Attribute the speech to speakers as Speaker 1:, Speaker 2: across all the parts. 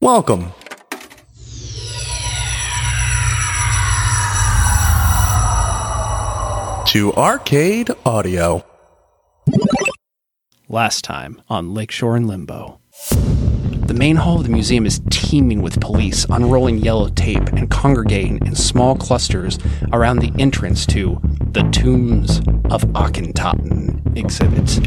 Speaker 1: Welcome. To Arcade Audio.
Speaker 2: Last time on Lakeshore and Limbo. The main hall of the museum is teeming with police unrolling yellow tape and congregating in small clusters around the entrance to the Tombs of Akhentaten exhibit,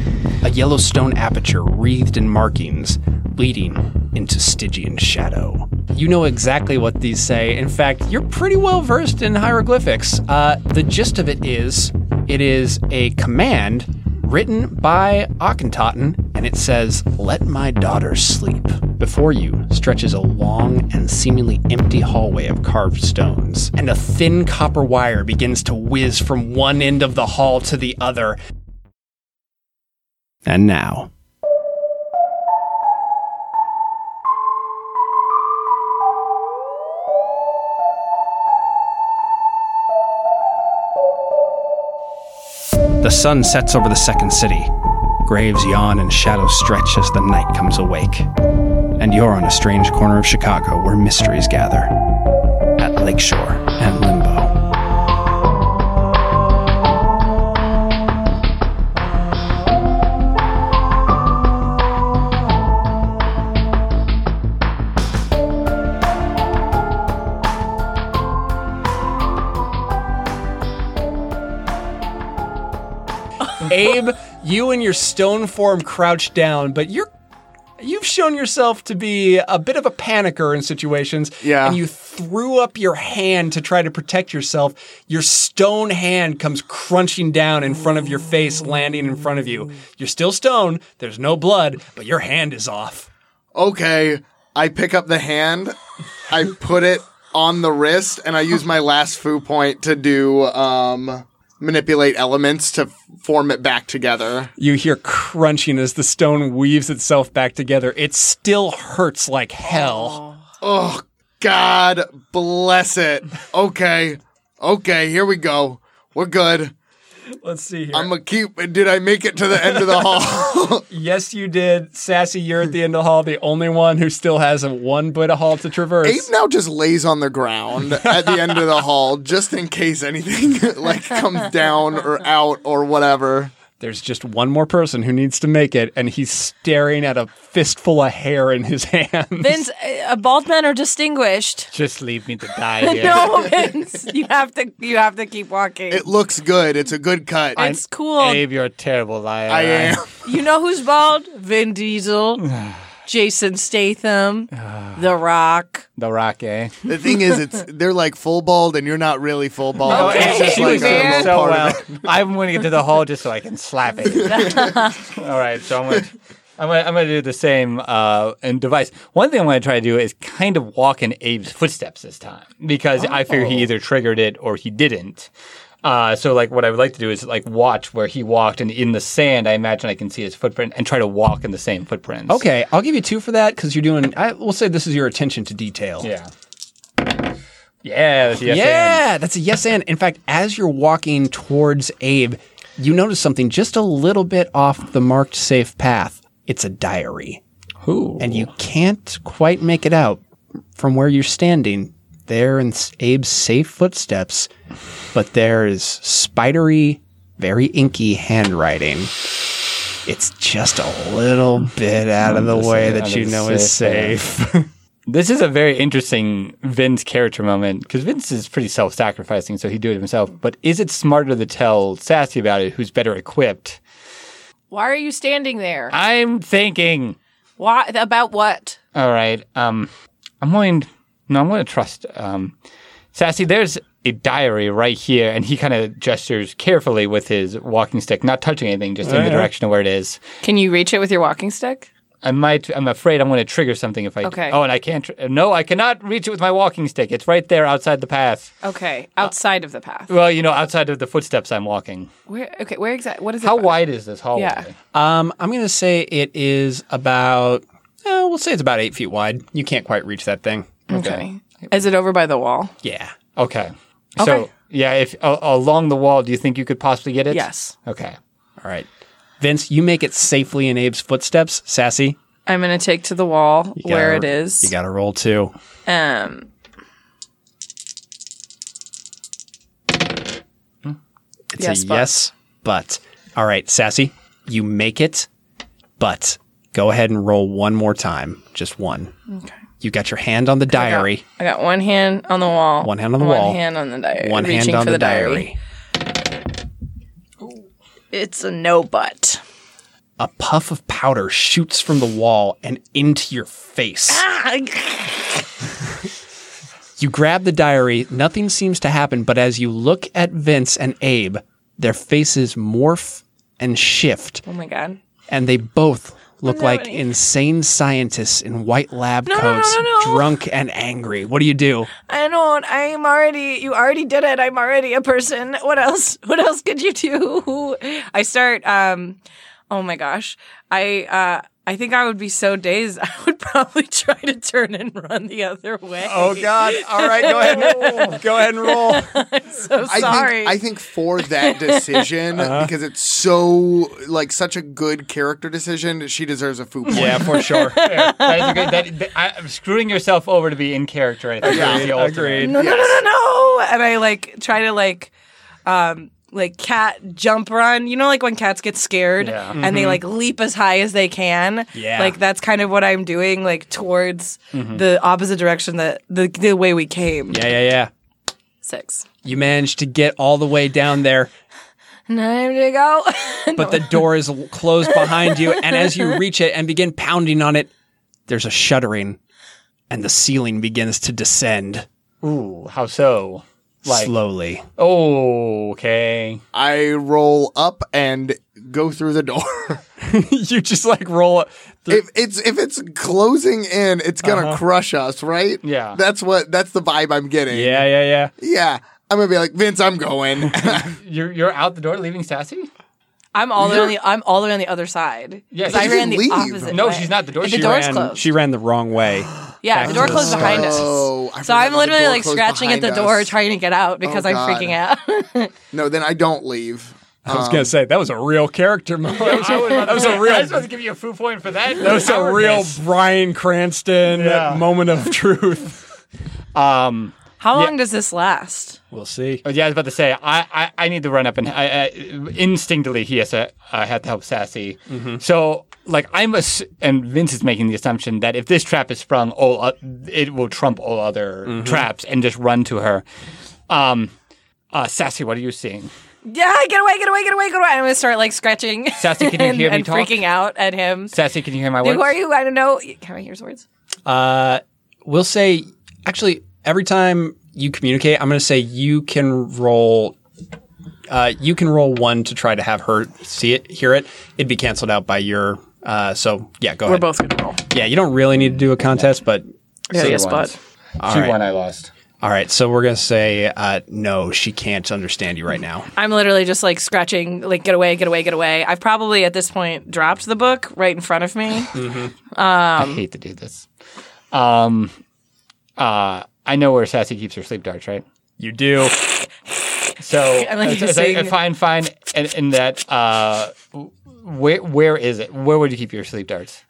Speaker 2: a yellow stone aperture wreathed in markings leading into Stygian shadow. You know exactly what these say. In fact, you're pretty well versed in hieroglyphics. Uh, the gist of it is it is a command written by Akhentaten, and it says, Let my daughter sleep. Before you stretches a long and seemingly empty hallway of carved stones, and a thin copper wire begins to whiz from one end of the hall to the other. And now. The sun sets over the second city. Graves yawn and shadows stretch as the night comes awake. And you're on a strange corner of Chicago where mysteries gather at Lakeshore and Limbo. Abe, you and your stone form crouch down, but you're you've shown yourself to be a bit of a panicker in situations.
Speaker 3: Yeah.
Speaker 2: And you threw up your hand to try to protect yourself. Your stone hand comes crunching down in front of your face, landing in front of you. You're still stone, there's no blood, but your hand is off.
Speaker 3: okay, I pick up the hand, I put it on the wrist, and I use my last foo point to do um, manipulate elements to form it back together.
Speaker 2: You hear crunching as the stone weaves itself back together. It still hurts like hell.
Speaker 3: Oh, God bless it. Okay, okay, here we go. We're good.
Speaker 2: Let's see here.
Speaker 3: I'm gonna keep. Did I make it to the end of the hall?
Speaker 2: Yes, you did. Sassy, you're at the end of Hall, the only one who still has a one bit of Hall to traverse.
Speaker 3: Abe now just lays on the ground at the end of the hall, just in case anything like comes down or out or whatever.
Speaker 2: There's just one more person who needs to make it, and he's staring at a fistful of hair in his hand.
Speaker 4: Vince, uh, uh, bald men are distinguished.
Speaker 5: Just leave me to die here.
Speaker 4: No, Vince, you have to you have to keep walking.
Speaker 3: It looks good. It's a good cut.
Speaker 4: it's cool.
Speaker 5: Abe, you're a terrible liar.
Speaker 3: I am.
Speaker 4: You know who's bald? Vin Diesel, Jason Statham, The Rock.
Speaker 5: The Rock, eh?
Speaker 3: The thing is, it's they're like full bald, and you're not really full bald.
Speaker 4: Okay,
Speaker 3: it's just
Speaker 4: she
Speaker 3: like
Speaker 4: was
Speaker 3: a
Speaker 4: doing
Speaker 3: little
Speaker 4: man.
Speaker 5: so
Speaker 3: part
Speaker 5: well.
Speaker 3: of it.
Speaker 5: I'm going to get to the hall just so I can slap it. All right, so I'm going to. I'm gonna, I'm gonna do the same uh, in device. One thing I'm gonna try to do is kind of walk in Abe's footsteps this time because I figure
Speaker 2: Oh.
Speaker 5: he either triggered it or he didn't. Uh, so like what I would like to do is like watch where he walked and in the sand I imagine I can see his footprint and try to walk in the same footprints.
Speaker 2: okay, I'll give you two for that because you're doing. I, we'll say this is your attention to detail.
Speaker 5: Yeah. Yeah. that's a yes and.
Speaker 2: yeah, that's a yes and. In fact, as you're walking towards Abe, you notice something just a little bit off the marked safe path. It's a diary.
Speaker 5: Ooh.
Speaker 2: and you can't quite make it out from where you're standing there in S- Abe's safe footsteps, but there is spidery, very inky handwriting. It's just a little bit out of the way
Speaker 5: safe-
Speaker 2: that
Speaker 5: out
Speaker 2: you
Speaker 5: of the
Speaker 2: know is
Speaker 5: safe,
Speaker 2: safe.
Speaker 5: This is a very interesting Vince character moment because Vince is pretty self sacrificing, so he'd do it himself. But is it smarter to tell Sassy about it, who's better equipped?
Speaker 4: Why are you standing there?
Speaker 5: I'm thinking.
Speaker 4: Why about what?
Speaker 5: All right. Um, I'm going. No, I'm going to trust. Um, Sassy, there's a diary right here, and he kind of gestures carefully with his walking stick, not touching anything, just in the direction of where it is.
Speaker 4: Can you reach it with your walking stick?
Speaker 5: I might. I'm afraid I'm going to trigger something if I.
Speaker 4: Okay.
Speaker 5: Oh, and I can't. Tr- no, I cannot reach it with my walking stick. It's right there outside the path.
Speaker 4: Okay, outside of the path.
Speaker 5: Well, you know, outside of the footsteps I'm walking.
Speaker 4: Where? Okay, where exactly? What is it?
Speaker 5: How wide is this hallway?
Speaker 4: Yeah.
Speaker 2: um, I'm going to say it is about, eh, we'll say it's about eight feet wide. You can't quite reach that thing.
Speaker 6: Mm.
Speaker 4: Okay. Is it over by the wall?
Speaker 2: Yeah.
Speaker 5: Okay.
Speaker 4: Okay.
Speaker 5: So yeah, if a along the wall, do you think you could possibly get it?
Speaker 4: Yes.
Speaker 5: Okay.
Speaker 2: All right. Vince, you make it safely in Abe's footsteps. Sassy,
Speaker 6: I'm going to take to the wall
Speaker 2: You
Speaker 6: where it
Speaker 2: gotta-
Speaker 6: is.
Speaker 2: You got to roll two.
Speaker 6: um,
Speaker 2: It's
Speaker 6: Yes,
Speaker 2: a
Speaker 6: but.
Speaker 2: yes, but. All right, Sassy, you make it, but go ahead and roll one more time. Just one. Okay. You got your hand on the diary,
Speaker 6: I got one hand on the wall.
Speaker 2: One hand on the wall.
Speaker 6: One hand on the diary.
Speaker 2: one hand
Speaker 6: reaching
Speaker 2: on
Speaker 6: for
Speaker 2: the,
Speaker 6: the
Speaker 2: diary.
Speaker 6: It's a no but.
Speaker 2: A puff of powder shoots from the wall and into your face.
Speaker 6: Ah.
Speaker 2: You grab the diary, nothing seems to happen, but as you look at Vince and Abe, their faces morph and shift,
Speaker 6: Oh my god.
Speaker 2: and they both look
Speaker 6: not
Speaker 2: like
Speaker 6: ready.
Speaker 2: insane scientists in white lab
Speaker 6: no, no,
Speaker 2: coats,
Speaker 6: no, no.
Speaker 2: drunk and angry. What do you do?
Speaker 6: I don't. I'm already. You already did it. I'm already a person. What else? What else could you do? I start. Um. Oh my gosh. I. uh I think I would be so dazed. I would probably try to turn and run the other way.
Speaker 5: Oh God! All right, go ahead, and- go ahead and roll.
Speaker 6: so
Speaker 3: I
Speaker 6: sorry.
Speaker 3: think, I think for that decision, because it's so like such a good character decision, she deserves a food point.
Speaker 5: Yeah, for sure. That is a good. That, that, I, screwing yourself over to be in character. I think is the ultimate.
Speaker 6: no, no, no, no, no. And I like try to like, um, like cat jump run. You know, like when cats get scared
Speaker 5: Yeah.
Speaker 6: and they like leap as high as they can.
Speaker 2: Yeah.
Speaker 6: Like that's kind of what I'm doing, like towards
Speaker 5: Mm-hmm.
Speaker 6: the opposite direction that the, the way we came.
Speaker 2: Yeah, yeah, yeah.
Speaker 6: Six.
Speaker 2: You manage to get all the way down there,
Speaker 6: Nine to go.
Speaker 2: but the door is l- closed behind you, and as you reach it and begin pounding on it, there's a shuddering, and the ceiling begins to descend
Speaker 5: Ooh, how so? Like,
Speaker 2: slowly.
Speaker 5: oh, okay.
Speaker 3: I roll up and go through the door.
Speaker 2: you just like roll
Speaker 3: if it's if it's closing in, it's gonna crush us, right?
Speaker 5: Yeah.
Speaker 3: That's what that's the vibe I'm getting.
Speaker 2: Yeah, yeah, yeah.
Speaker 3: Yeah. I'm gonna be like, Vince, I'm going.
Speaker 5: You're you're out the door, leaving Sassy.
Speaker 6: I'm all the way on the I'm all the way on the other side.
Speaker 5: Yeah,
Speaker 6: 'Cause
Speaker 5: she
Speaker 6: I
Speaker 3: didn't
Speaker 6: ran the
Speaker 3: leave.
Speaker 6: opposite.
Speaker 5: No,
Speaker 6: way.
Speaker 5: she's not. The door-
Speaker 6: The
Speaker 5: she
Speaker 6: door's
Speaker 2: ran,
Speaker 6: closed.
Speaker 2: She ran the wrong way.
Speaker 6: yeah,
Speaker 2: back
Speaker 6: the
Speaker 2: to
Speaker 6: door
Speaker 2: the
Speaker 6: closed
Speaker 2: start.
Speaker 6: behind us.
Speaker 3: Oh, I
Speaker 6: so
Speaker 3: forgot
Speaker 6: I'm
Speaker 3: the
Speaker 6: literally
Speaker 3: door
Speaker 6: like
Speaker 3: closed
Speaker 6: scratching at the
Speaker 3: behind
Speaker 6: door,
Speaker 3: us. Oh,
Speaker 6: trying to get out because I'm
Speaker 3: God.
Speaker 6: freaking out.
Speaker 3: no, then I don't leave.
Speaker 2: I was gonna say that was a real character moment. that
Speaker 5: That
Speaker 2: was a real-
Speaker 5: I was supposed to give you a food point for that. That
Speaker 2: was a real Brian Cranston
Speaker 5: Yeah.
Speaker 2: moment of truth.
Speaker 5: Um.
Speaker 6: How long does this last?
Speaker 2: We'll see.
Speaker 5: Yeah, I was about to say. I I, I need to run up and I, I instinctively he has to. I have to help Sassy. So like I'm ass- and Vince is making the assumption that if this trap is sprung, all o- it will trump all other traps and just run to her. Um. Uh, Sassy, what are you seeing?
Speaker 6: Yeah, get away, get away, get away, get away. And I'm gonna start like scratching.
Speaker 5: Sassy, can you
Speaker 6: and,
Speaker 5: hear me
Speaker 6: and
Speaker 5: talk?
Speaker 6: freaking out at him.
Speaker 5: Sassy, can you hear my words?
Speaker 6: Who are you? I don't know. Can I hear his words?
Speaker 2: We'll say. Actually, every time you communicate, I'm gonna say you can roll. Uh, you can roll one to try to have her see it, hear it. It'd be canceled out by your. Uh, so yeah, go ahead.
Speaker 4: both gonna roll.
Speaker 2: yeah, you don't really need to do a contest, but
Speaker 4: Yeah, yes,
Speaker 5: ones.
Speaker 4: but
Speaker 5: Two one, I lost.
Speaker 2: all right. So we're gonna say uh, no. She can't understand you right now.
Speaker 6: I'm literally just like scratching, like get away, get away, get away. I've probably at this point dropped the book right in front of me.
Speaker 5: I hate to do this. Um, uh, I know where Sassy keeps her sleep darts, right?
Speaker 2: You do.
Speaker 5: So,
Speaker 6: like
Speaker 5: so- so-
Speaker 6: using-
Speaker 5: fine, fine. And in that, uh, where where is it? Where would you keep your sleep darts?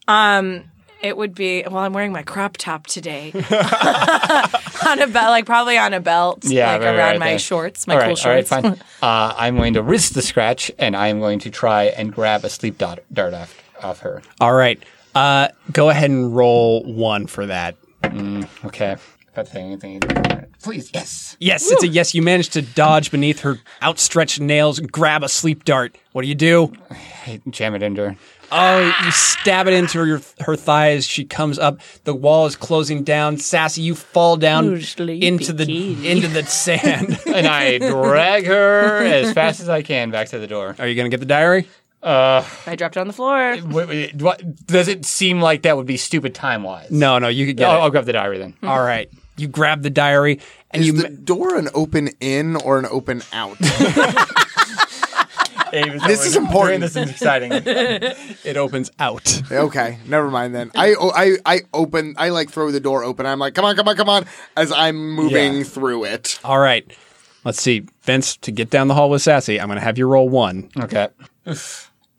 Speaker 6: It would be well, I'm wearing my crop top today. on a belt, like probably on a belt,
Speaker 5: Yeah,
Speaker 6: like
Speaker 5: right,
Speaker 6: around
Speaker 5: right
Speaker 6: my
Speaker 5: there.
Speaker 6: shorts, my
Speaker 5: all
Speaker 6: cool
Speaker 5: right, all right,
Speaker 6: shorts.
Speaker 5: fine. Uh, I'm going to risk the scratch, and I am going to try and grab a sleep dart, dart off, off her.
Speaker 2: All right. Uh, go ahead and roll one for that.
Speaker 5: Okay. If I say anything, please, yes.
Speaker 2: Yes, it's a yes. You managed to dodge beneath her outstretched nails and grab a sleep dart. What do you do?
Speaker 5: Hey, jam it into her.
Speaker 2: Oh, you stab it into her, her thighs. She comes up. The wall is closing down. Sassy, you fall down
Speaker 4: sleepy
Speaker 2: into the
Speaker 4: kitty.
Speaker 2: into the sand.
Speaker 5: And I drag her as fast as I can back to the door.
Speaker 2: Are you gonna get the diary?
Speaker 6: I dropped it on the floor.
Speaker 5: Wait, wait, do I- does it seem like that would be stupid time wise?
Speaker 2: No, no, you could get
Speaker 5: I'll,
Speaker 2: it.
Speaker 5: I'll grab the diary then.
Speaker 2: Oh, All right, you grab the diary and
Speaker 3: Is
Speaker 2: you.
Speaker 3: the
Speaker 2: ma-
Speaker 3: door an open in or an open out?
Speaker 5: this
Speaker 3: is important.
Speaker 5: This is exciting.
Speaker 2: it opens out.
Speaker 3: okay, never mind then. I, oh, I I open I like throw the door open. I'm like, come on, come on, come on, as I'm moving
Speaker 5: Yeah.
Speaker 3: through it.
Speaker 2: All right, let's see, Vince. To get down the hall with Sassy, I'm gonna have you roll one.
Speaker 5: okay.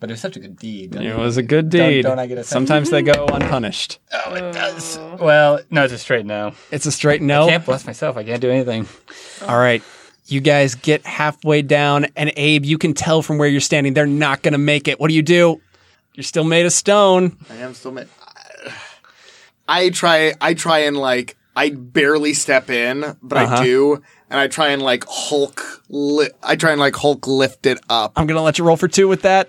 Speaker 5: But it was such a good deed.
Speaker 2: It was a good deed.
Speaker 5: don't I get a second?
Speaker 2: Sometimes they go unpunished.
Speaker 5: Oh, it does. Well, no, it's a straight no.
Speaker 2: It's a straight
Speaker 5: I
Speaker 2: no.
Speaker 5: can't bless myself. I can't do anything.
Speaker 2: All right. You guys get halfway down, and Abe, you can tell from where you're standing, they're not going to make it. What do you do? You're still made of stone.
Speaker 3: I am still mad. I try. I try and like. I barely step in, but
Speaker 5: Uh-huh.
Speaker 3: I do, and I try and like Hulk. Li- I try and like Hulk lift it up.
Speaker 2: I'm going to let you roll for two with that.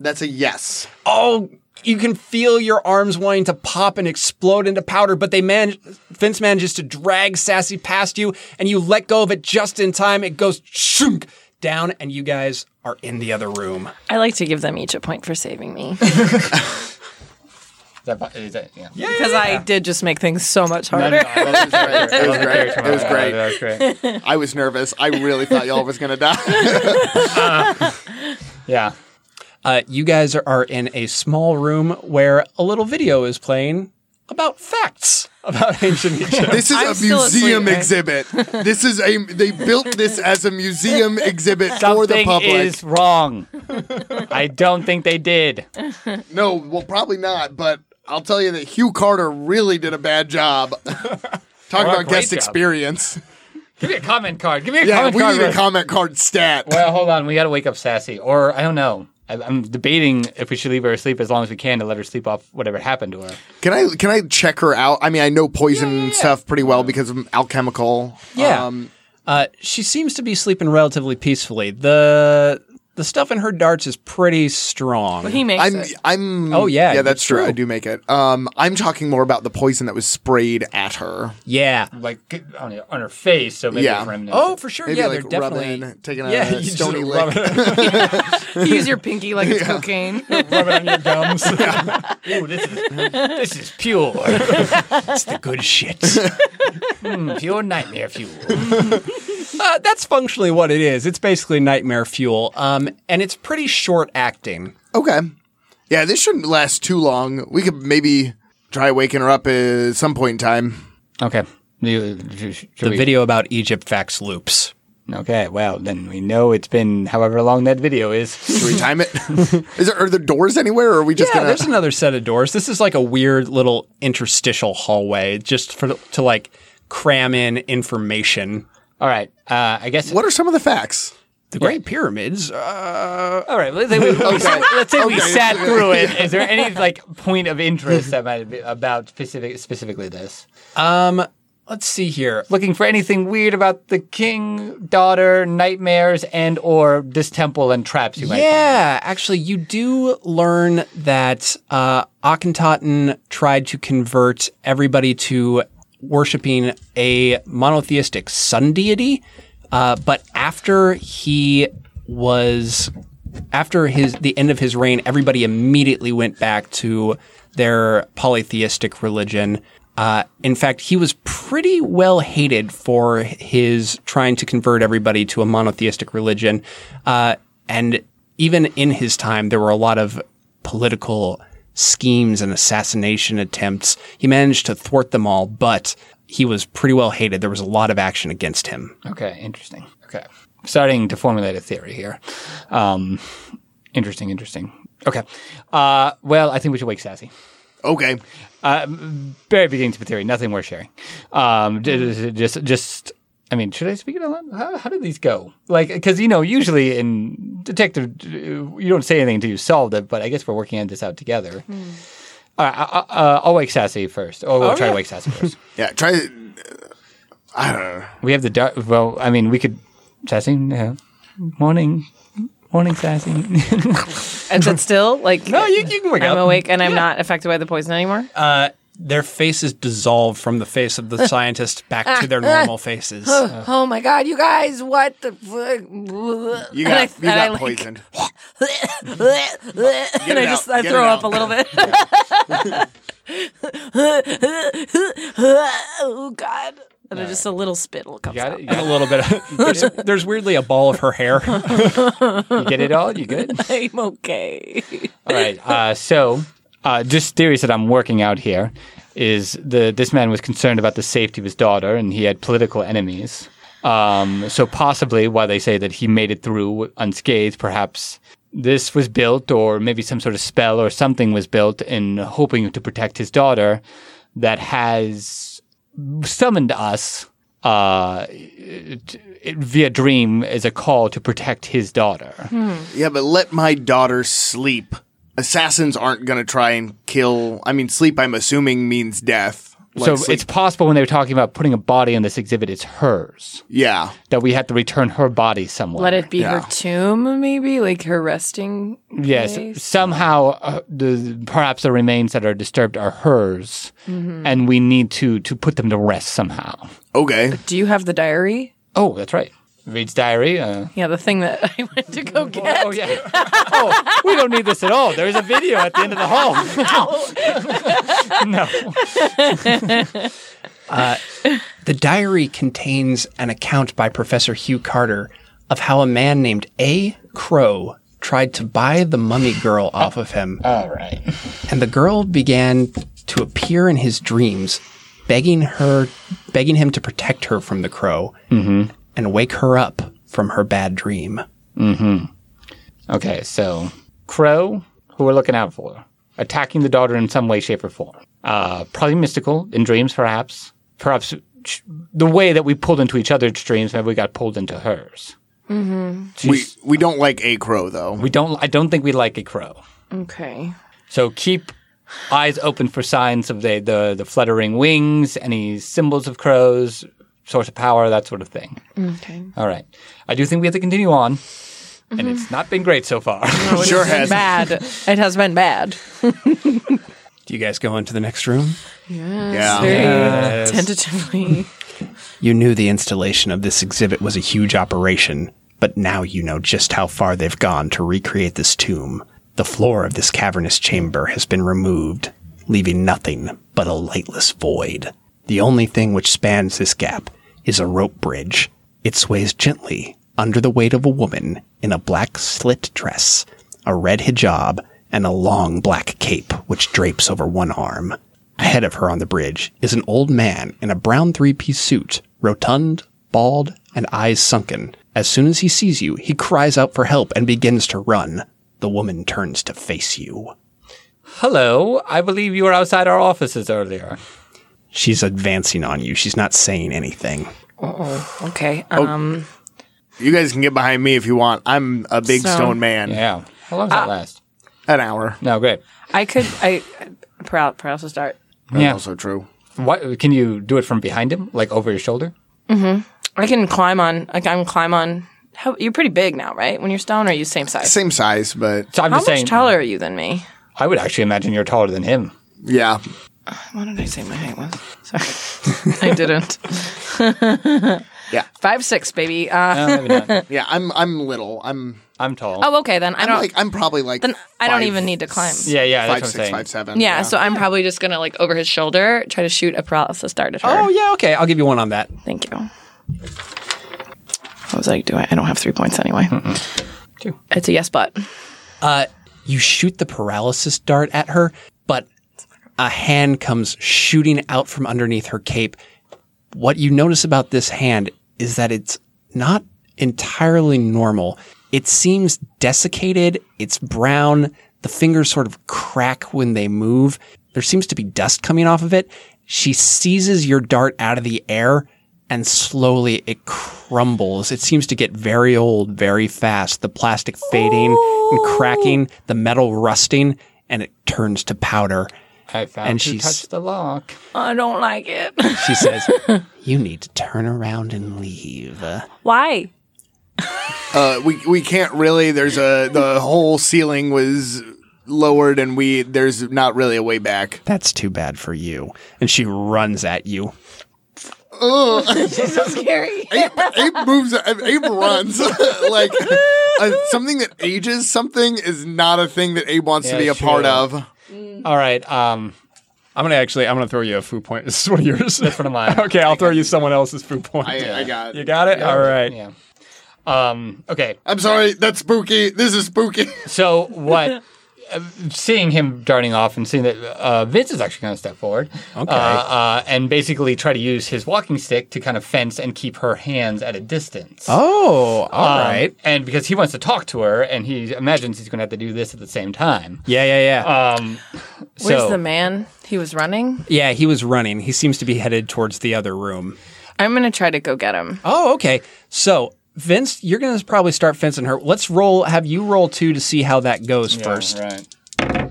Speaker 3: That's a yes.
Speaker 2: Oh, you can feel your arms wanting to pop and explode into powder, but they manage. Vince manages to drag Sassy past you, and you let go of it just in time. It goes shunk down, and you guys are in the other room.
Speaker 6: I like to give them each a point for saving me
Speaker 5: Is that, is that, yeah.
Speaker 6: because I did just make things so much
Speaker 5: No,
Speaker 6: harder.
Speaker 5: no, I wasn't sure.
Speaker 3: It was great. It was great.
Speaker 5: That was great.
Speaker 3: I was nervous. I really thought y'all was gonna die.
Speaker 5: Yeah.
Speaker 2: Uh, you guys are, are in a small room where a little video is playing about facts about ancient Egypt.
Speaker 3: This is
Speaker 4: I'm
Speaker 3: a
Speaker 4: still asleep,
Speaker 3: museum
Speaker 4: right?
Speaker 3: exhibit. This is a. They built this as a museum exhibit for the
Speaker 5: Something
Speaker 3: public.
Speaker 5: is wrong. I don't think they did.
Speaker 3: No, well, probably not. But I'll tell you that Hugh Carter really did a bad job. Talk
Speaker 5: a
Speaker 3: about
Speaker 5: great
Speaker 3: guest
Speaker 5: job.
Speaker 3: experience.
Speaker 5: Give me a comment card. Give me a
Speaker 3: Yeah,
Speaker 5: comment
Speaker 3: we
Speaker 5: card.
Speaker 3: need a
Speaker 5: Russ.
Speaker 3: comment card stat.
Speaker 5: well, hold on. We got to wake up Sassy, or I don't know. I, I'm debating if we should leave her asleep as long as we can to let her sleep off whatever happened to her.
Speaker 3: Can I can I check her out? I mean, I know poison and stuff pretty well because I'm alchemical.
Speaker 2: Yeah.
Speaker 3: Um,
Speaker 2: Uh, she seems to be sleeping relatively peacefully. The the stuff in her darts is pretty strong.
Speaker 6: He makes
Speaker 3: I'm
Speaker 6: it.
Speaker 3: I'm
Speaker 2: Oh, yeah,
Speaker 3: yeah that's
Speaker 2: that's
Speaker 3: true.
Speaker 2: true.
Speaker 3: I do make it. Um, I'm talking more about the poison that was sprayed at her.
Speaker 2: yeah.
Speaker 5: Like on, her- on her face, so maybe
Speaker 3: Yeah.
Speaker 5: it's remnants.
Speaker 2: Oh, for sure.
Speaker 3: Maybe
Speaker 2: yeah,
Speaker 3: like
Speaker 2: they're
Speaker 3: rubbing,
Speaker 2: definitely
Speaker 3: taking a
Speaker 2: yeah, you
Speaker 3: stony
Speaker 2: just rub
Speaker 3: lick.
Speaker 2: it-
Speaker 6: You use your pinky like it's cocaine.
Speaker 5: rub it on your gums. Ooh, this is this is pure.
Speaker 2: It's the good shit.
Speaker 5: Mm, pure nightmare fuel.
Speaker 2: uh, that's functionally what it is. It's basically nightmare fuel, um, and it's pretty short acting.
Speaker 3: Okay. Yeah, this shouldn't last too long. We could maybe try waking her up at some point in time.
Speaker 5: Okay. The
Speaker 2: The video about Egypt facts loops.
Speaker 5: Okay, well then we know it's been however long that video is.
Speaker 3: Should we time it? Is there are there doors anywhere? Or are we just
Speaker 2: yeah,
Speaker 3: gonna?
Speaker 2: there's another set of doors. This is like a weird little interstitial hallway, just for to like cram in information.
Speaker 5: All right, uh, I guess.
Speaker 3: What are some of the facts?
Speaker 2: The Great Pyramids. Uh,
Speaker 5: All right, let's say we, let's say we
Speaker 3: Okay.
Speaker 5: sat through it. Is there any like point of interest that might be about specific specifically this?
Speaker 2: let's see here.
Speaker 5: Looking for anything weird about the king, daughter, nightmares, and or this temple and traps you might.
Speaker 2: Yeah, actually, you do learn that uh, Akhentaten tried to convert everybody to worshiping a monotheistic sun deity, uh, but after he was after his the end of his reign, everybody immediately went back to their polytheistic religion. Uh, in fact, he was pretty well hated for his trying to convert everybody to a monotheistic religion. Uh, and even in his time, there were a lot of political schemes and assassination attempts. He managed to thwart them all, but he was pretty well hated. There was a lot of action against him.
Speaker 5: Okay, interesting. Okay, starting to formulate a theory here. Um, interesting, interesting. Okay, uh, well, I think we should wake Sassy.
Speaker 3: Okay.
Speaker 5: Very beginning to the theory, nothing worth sharing. Um, j- j- just, just. I mean, should I speak it out loud? How, how did these go? Like, because you know, usually in detective, uh, you don't say anything until you solved it. But I guess we're working on this out together. All right, I, I, uh, I'll wake Sassy first, or we'll try to wake Sassy first.
Speaker 3: Yeah. Try. I don't know.
Speaker 5: We have the dark. Well, I mean, we could. Sassy, yeah. Morning. Morning, Sassy.
Speaker 6: Is it still like
Speaker 2: No, Oh, you, you can wake
Speaker 6: I'm
Speaker 2: up.
Speaker 6: awake and I'm not affected by the poison anymore?
Speaker 3: Uh,
Speaker 2: Their faces dissolve from the face of the scientist back to their normal faces.
Speaker 6: oh my god, you guys! What the? Fuck?
Speaker 3: You
Speaker 6: And I-
Speaker 3: got you
Speaker 6: and I,
Speaker 3: got
Speaker 6: like,
Speaker 3: poisoned. it
Speaker 6: and I just
Speaker 3: out.
Speaker 6: I
Speaker 3: Get
Speaker 6: throw
Speaker 3: it out.
Speaker 6: up a little bit. oh god! And then just a little spittle comes out.
Speaker 5: it?
Speaker 2: And a little bit. Of, there's, there's weirdly a ball of her hair.
Speaker 5: You get it all? You good?
Speaker 6: I'm okay.
Speaker 5: All right. Uh, so, uh, just theories that I'm working out here is the this man was concerned about the safety of his daughter, and he had political enemies. Um, so possibly why they say that he made it through unscathed, perhaps this was built or maybe some sort of spell or something was built in hoping to protect his daughter that has summoned us uh, t- via dream as a call to protect his daughter.
Speaker 3: Yeah, but let my daughter sleep. Assassins aren't going to try and kill. I mean, sleep, I'm assuming, means death. Like,
Speaker 5: so
Speaker 3: sleep-
Speaker 5: it's possible when they were talking about putting a body on this exhibit, it's hers.
Speaker 3: Yeah.
Speaker 5: That we had to return her body somewhere.
Speaker 6: Let it be
Speaker 3: Yeah.
Speaker 6: her tomb, maybe like her resting.
Speaker 5: Yes,
Speaker 6: place.
Speaker 5: somehow uh, the perhaps the remains that are disturbed are hers,
Speaker 6: Mm-hmm.
Speaker 5: and we need to to put them to rest somehow.
Speaker 3: Okay.
Speaker 6: Do you have the diary?
Speaker 5: Oh, that's right. Reed's diary. Uh,
Speaker 6: Yeah, the thing that I went to go get.
Speaker 5: oh yeah. oh, we don't need this at all. There's a video at the end of the hall. no.
Speaker 2: The diary contains an account by Professor Hugh Carter of how a man named A. Crow tried to buy the mummy girl off of him,
Speaker 5: All right.
Speaker 2: and the girl began to appear in his dreams, begging her, begging him to protect her from the crow
Speaker 5: Mm-hmm.
Speaker 2: and wake her up from her bad dream.
Speaker 5: Okay, so Crow, who we're looking out for, attacking the daughter in some way, shape, or form. Uh, probably mystical in dreams, perhaps. Perhaps sh- the way that we pulled into each other's dreams, maybe we got pulled into hers. Mm-hmm.
Speaker 3: We we don't like a crow though.
Speaker 5: we don't. I don't think we like a crow.
Speaker 6: Okay.
Speaker 5: So keep eyes open for signs of the, the, the fluttering wings, any symbols of crows, source of power, that sort of thing.
Speaker 6: Okay.
Speaker 5: All right. I do think we have to continue on, and it's not been great so far.
Speaker 3: sure has.
Speaker 6: Bad. It has been bad.
Speaker 2: Do you guys go into the next room?
Speaker 3: Yeah.
Speaker 6: Mm, Very tentatively.
Speaker 2: You knew the installation of this exhibit was a huge operation, but now you know just how far they've gone to recreate this tomb. The floor of this cavernous chamber has been removed, leaving nothing but a lightless void. The only thing which spans this gap is a rope bridge. It sways gently under the weight of a woman in a black slit dress, a red hijab, and a long black cape which drapes over one arm. Ahead of her on the bridge is an old man in a brown three piece suit, rotund, bald, and eyes sunken. As soon as he sees you, he cries out for help and begins to run. The woman turns to face you.
Speaker 5: Hello. I believe you were outside our offices earlier.
Speaker 2: She's advancing on you. She's not saying anything.
Speaker 6: Okay. Um,
Speaker 3: You guys can get behind me if you want. I'm a big
Speaker 6: So-
Speaker 3: stone man.
Speaker 5: Yeah. How long does that last?
Speaker 3: An hour.
Speaker 5: No, great.
Speaker 6: I could. I. Proud. Proud to start.
Speaker 5: Yeah.
Speaker 3: Also true.
Speaker 5: What, can you do it from behind him, like over your shoulder?
Speaker 6: I can climb on. I can climb on. How, you're pretty big now, right? When you're stone, or are you same size?
Speaker 3: Same size, but
Speaker 5: So I'm
Speaker 6: How much
Speaker 5: just saying,
Speaker 6: taller are you than me?
Speaker 5: I would actually imagine you're taller than him.
Speaker 3: yeah.
Speaker 6: Why did I say my height was? Sorry, I didn't.
Speaker 3: Yeah.
Speaker 6: Five six, baby. Uh,
Speaker 5: No, maybe not.
Speaker 3: Yeah, I'm I'm little. I'm
Speaker 5: I'm tall.
Speaker 6: oh, okay then. I don't.
Speaker 3: like I'm probably like
Speaker 6: then I don't
Speaker 3: five-
Speaker 6: even need to climb.
Speaker 5: yeah, yeah.
Speaker 3: five,
Speaker 5: That's what I'm
Speaker 3: six,
Speaker 5: saying.
Speaker 3: five, seven.
Speaker 6: Yeah, so I'm probably just gonna like over his shoulder try to shoot a paralysis dart at her.
Speaker 2: Oh, yeah, okay. I'll give you one on that.
Speaker 6: Thank you. I was like, do I? I don't have three points anyway. It's a yes, but
Speaker 2: Uh, You shoot the paralysis dart at her, but a hand comes shooting out from underneath her cape. What you notice about this hand is that it's not entirely normal. It seems desiccated, it's brown, the fingers sort of crack when they move. There seems to be dust coming off of it. She seizes your dart out of the air and slowly it crumbles. It seems to get very old very fast, the plastic fading and cracking, the metal rusting, and it turns to powder.
Speaker 5: I found
Speaker 2: And
Speaker 5: and she
Speaker 2: she's-
Speaker 5: touched the lock.
Speaker 6: I don't like it.
Speaker 2: She says, You need to turn around and leave.
Speaker 4: Why?
Speaker 3: Uh, we we can't really. There's a the whole ceiling was lowered, and we there's not really a way back.
Speaker 2: That's too bad for you. And she runs at you.
Speaker 6: Scary.
Speaker 3: Abe, Abe moves. Abe runs like uh, something that ages something is not a thing that Abe wants
Speaker 5: Yeah,
Speaker 3: to be a
Speaker 5: true.
Speaker 3: part of.
Speaker 5: All right. Um,
Speaker 7: I'm gonna actually I'm gonna throw you a food point. This is one of yours.
Speaker 5: that's one of mine.
Speaker 7: okay, I'll throw you someone else's food point.
Speaker 3: I, I got.
Speaker 7: you got it. All right.
Speaker 5: uh, Yeah. Um, okay.
Speaker 3: I'm sorry. That's spooky. This is spooky.
Speaker 5: So what? uh, seeing him darting off and seeing that uh, Vince is actually going to step forward. Okay. Uh, uh, and basically try to use his walking stick to kind of fence and keep her hands at a distance.
Speaker 2: Oh, all right.
Speaker 5: Um, And because he wants to talk to her and he imagines he's going to have to do this at the same time.
Speaker 2: Yeah, yeah,
Speaker 7: uh,
Speaker 2: yeah.
Speaker 5: Um,
Speaker 6: Where's
Speaker 5: so-
Speaker 6: the man? He was running.
Speaker 2: yeah, he was running. He seems to be headed towards the other room.
Speaker 6: I'm gonna try to go get him.
Speaker 2: Oh, okay. So, Vince, you're going to probably start fencing her. Let's roll, have you roll two to see how that goes first.
Speaker 5: Right. Uh,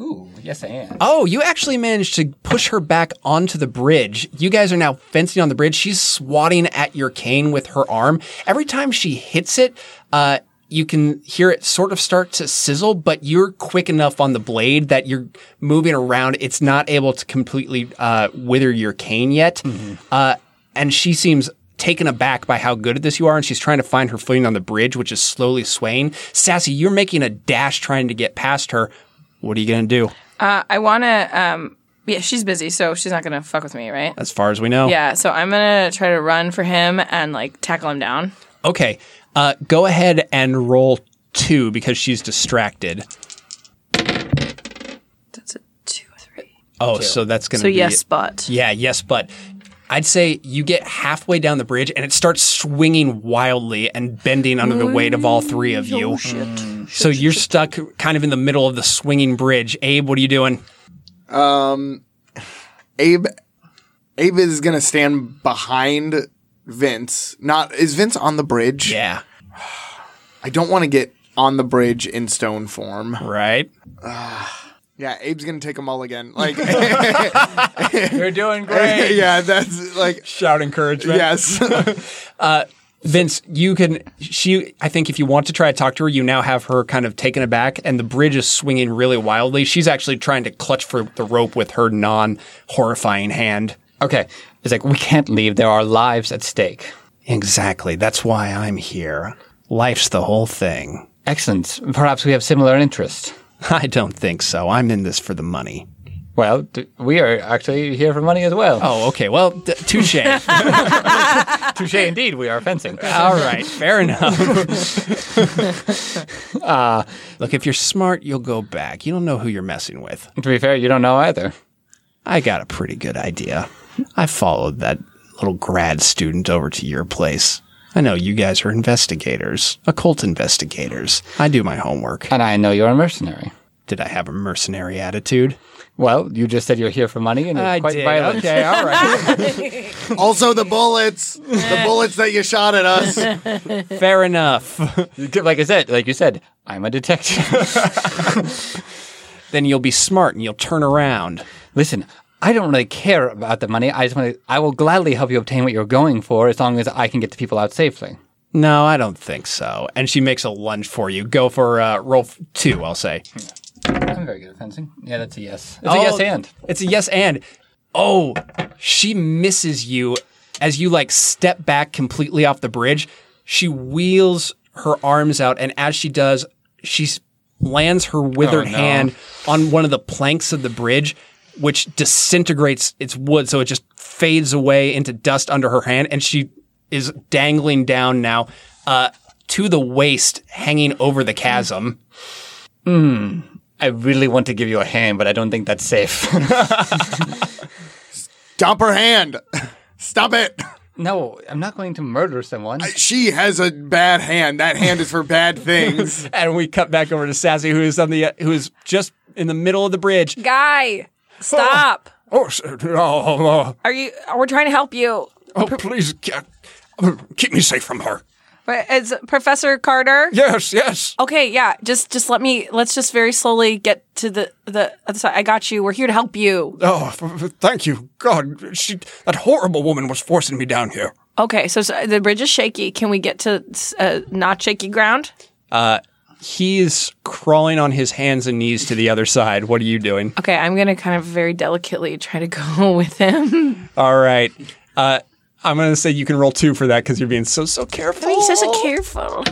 Speaker 5: Ooh, yes, I am.
Speaker 2: Oh, you actually managed to push her back onto the bridge. You guys are now fencing on the bridge. She's swatting at your cane with her arm. Every time she hits it, uh, you can hear it sort of start to sizzle, but you're quick enough on the blade that you're moving around. It's not able to completely uh, wither your cane yet. Uh, and she seems taken aback by how good at this you are, and she's trying to find her footing on the bridge, which is slowly swaying. Sassy, you're making a dash trying to get past her. What are you going to do?
Speaker 6: Uh, I wanna. Um, yeah, she's busy, so she's not gonna fuck with me, right?
Speaker 2: as far as we know.
Speaker 6: Yeah, so I'm gonna try to run for him and like tackle him down.
Speaker 2: Okay. Uh, go ahead and roll two because she's distracted.
Speaker 4: That's a two, three.
Speaker 2: Oh, so that's going to
Speaker 4: So
Speaker 2: be.
Speaker 4: yes, but
Speaker 2: Yeah, yes, but. I'd say you get halfway down the bridge and it starts swinging wildly and bending under the weight of all three of you.
Speaker 4: Oh,
Speaker 7: Hmm.
Speaker 2: So you're stuck kind of in the middle of the swinging bridge. Abe, what are you doing?
Speaker 3: Abe Abe is gonna stand behind Vince. Not is Vince on the bridge?
Speaker 2: Yeah.
Speaker 3: I don't want to get on the bridge in stone form.
Speaker 2: Right?
Speaker 3: Yeah, Abe's gonna take them all again. Like
Speaker 5: You're doing great.
Speaker 3: yeah, that's like
Speaker 7: Shout encouragement.
Speaker 3: yes.
Speaker 2: Vince, you can. She, I think, if you want to try to talk to her, you now have her kind of taken aback, and the bridge is swinging really wildly. She's actually trying to clutch for the rope with her non-horrifying hand.
Speaker 5: Okay. It's like, we can't leave. There are lives at stake.
Speaker 2: Exactly. That's why I'm here. Life's the whole thing.
Speaker 5: Excellent. Perhaps we have similar interests.
Speaker 2: I don't think so. I'm in this for the money.
Speaker 5: Well, d- we are actually here for money as well.
Speaker 2: Oh, okay. Well, d- touche. All
Speaker 5: touche indeed. We are fencing.
Speaker 2: right. Fair enough. Uh, Look, if you're smart, you'll go back. You don't know who you're messing with.
Speaker 5: to be fair, you don't know either.
Speaker 2: I got a pretty good idea. I followed that little grad student over to your place. I know you guys are investigators, occult investigators. I do my homework.
Speaker 5: And I know you're a mercenary.
Speaker 2: Did I have a mercenary attitude?
Speaker 5: Well, you just said you're here for money, and it's
Speaker 2: I
Speaker 5: quite
Speaker 2: did.
Speaker 5: violent.
Speaker 2: Okay, all right.
Speaker 3: also the bullets. The bullets that you shot at us.
Speaker 2: Fair enough.
Speaker 5: Like I said, like you said, I'm a detective.
Speaker 2: then you'll be smart and you'll turn around.
Speaker 5: Listen, I don't really care about the money. I just want to. I will gladly help you obtain what you're going for, as long as I can get the people out safely.
Speaker 2: No, I don't think so. And she makes a lunge for you. Go for uh, roll f- two, I'll say.
Speaker 5: I'm very good at fencing. Yeah, that's a yes. It's a yes and.
Speaker 2: It's a yes and. Oh, she misses you as you like step back completely off the bridge. She wheels her arms out, and as she does, she s- lands her withered
Speaker 5: Oh, no.
Speaker 2: hand on one of the planks of the bridge, which disintegrates its wood, so it just fades away into dust under her hand, and she is dangling down now uh, to the waist, hanging over the chasm.
Speaker 5: I really want to give you a hand, but I don't think that's safe.
Speaker 3: Stomp her hand. Stop it.
Speaker 5: no, I'm not going to murder someone.
Speaker 3: She has a bad hand. That hand is for bad things.
Speaker 2: And we cut back over to Sassy, who is on the uh, who is just in the middle of the bridge.
Speaker 6: Guy, stop!
Speaker 7: Oh, s- oh, oh,
Speaker 6: Are you? We're trying to help you.
Speaker 7: oh, please ca- uh, keep me safe from her.
Speaker 6: But it's Professor Carter.
Speaker 7: Yes, yes.
Speaker 6: Okay, yeah. Just, just let me. Let's just very slowly get to the the other side. I got you. We're here to help you.
Speaker 7: Oh, f- f- thank you, God. She, that horrible woman was forcing me down here.
Speaker 6: Okay, so, so the bridge is shaky. Can we get to uh, not shaky ground?
Speaker 2: He's crawling on his hands and knees to the other side. What are you doing?
Speaker 6: Okay, I'm gonna kind of very delicately try to go with him.
Speaker 2: All right. Uh, I'm gonna say you can roll two for that because you're being so so careful.
Speaker 6: He's such a careful.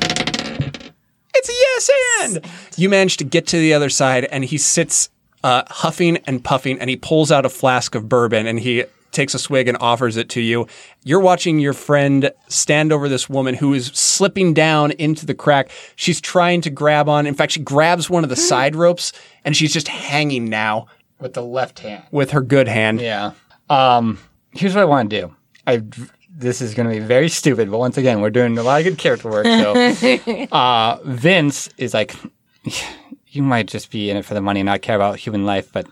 Speaker 2: It's a yes and you manage to get to the other side, and he sits uh, huffing and puffing, and he pulls out a flask of bourbon, and he takes a swig and offers it to you. You're watching your friend stand over this woman who is slipping down into the crack. She's trying to grab on. In fact, she grabs one of the side ropes and she's just hanging now
Speaker 5: with the left hand.
Speaker 2: with her good hand.
Speaker 5: Yeah. Um, here's what I want to do. I this is going to be very stupid, but once again, we're doing a lot of good character work. So uh, Vince is like, you might just be in it for the money and not care about human life, but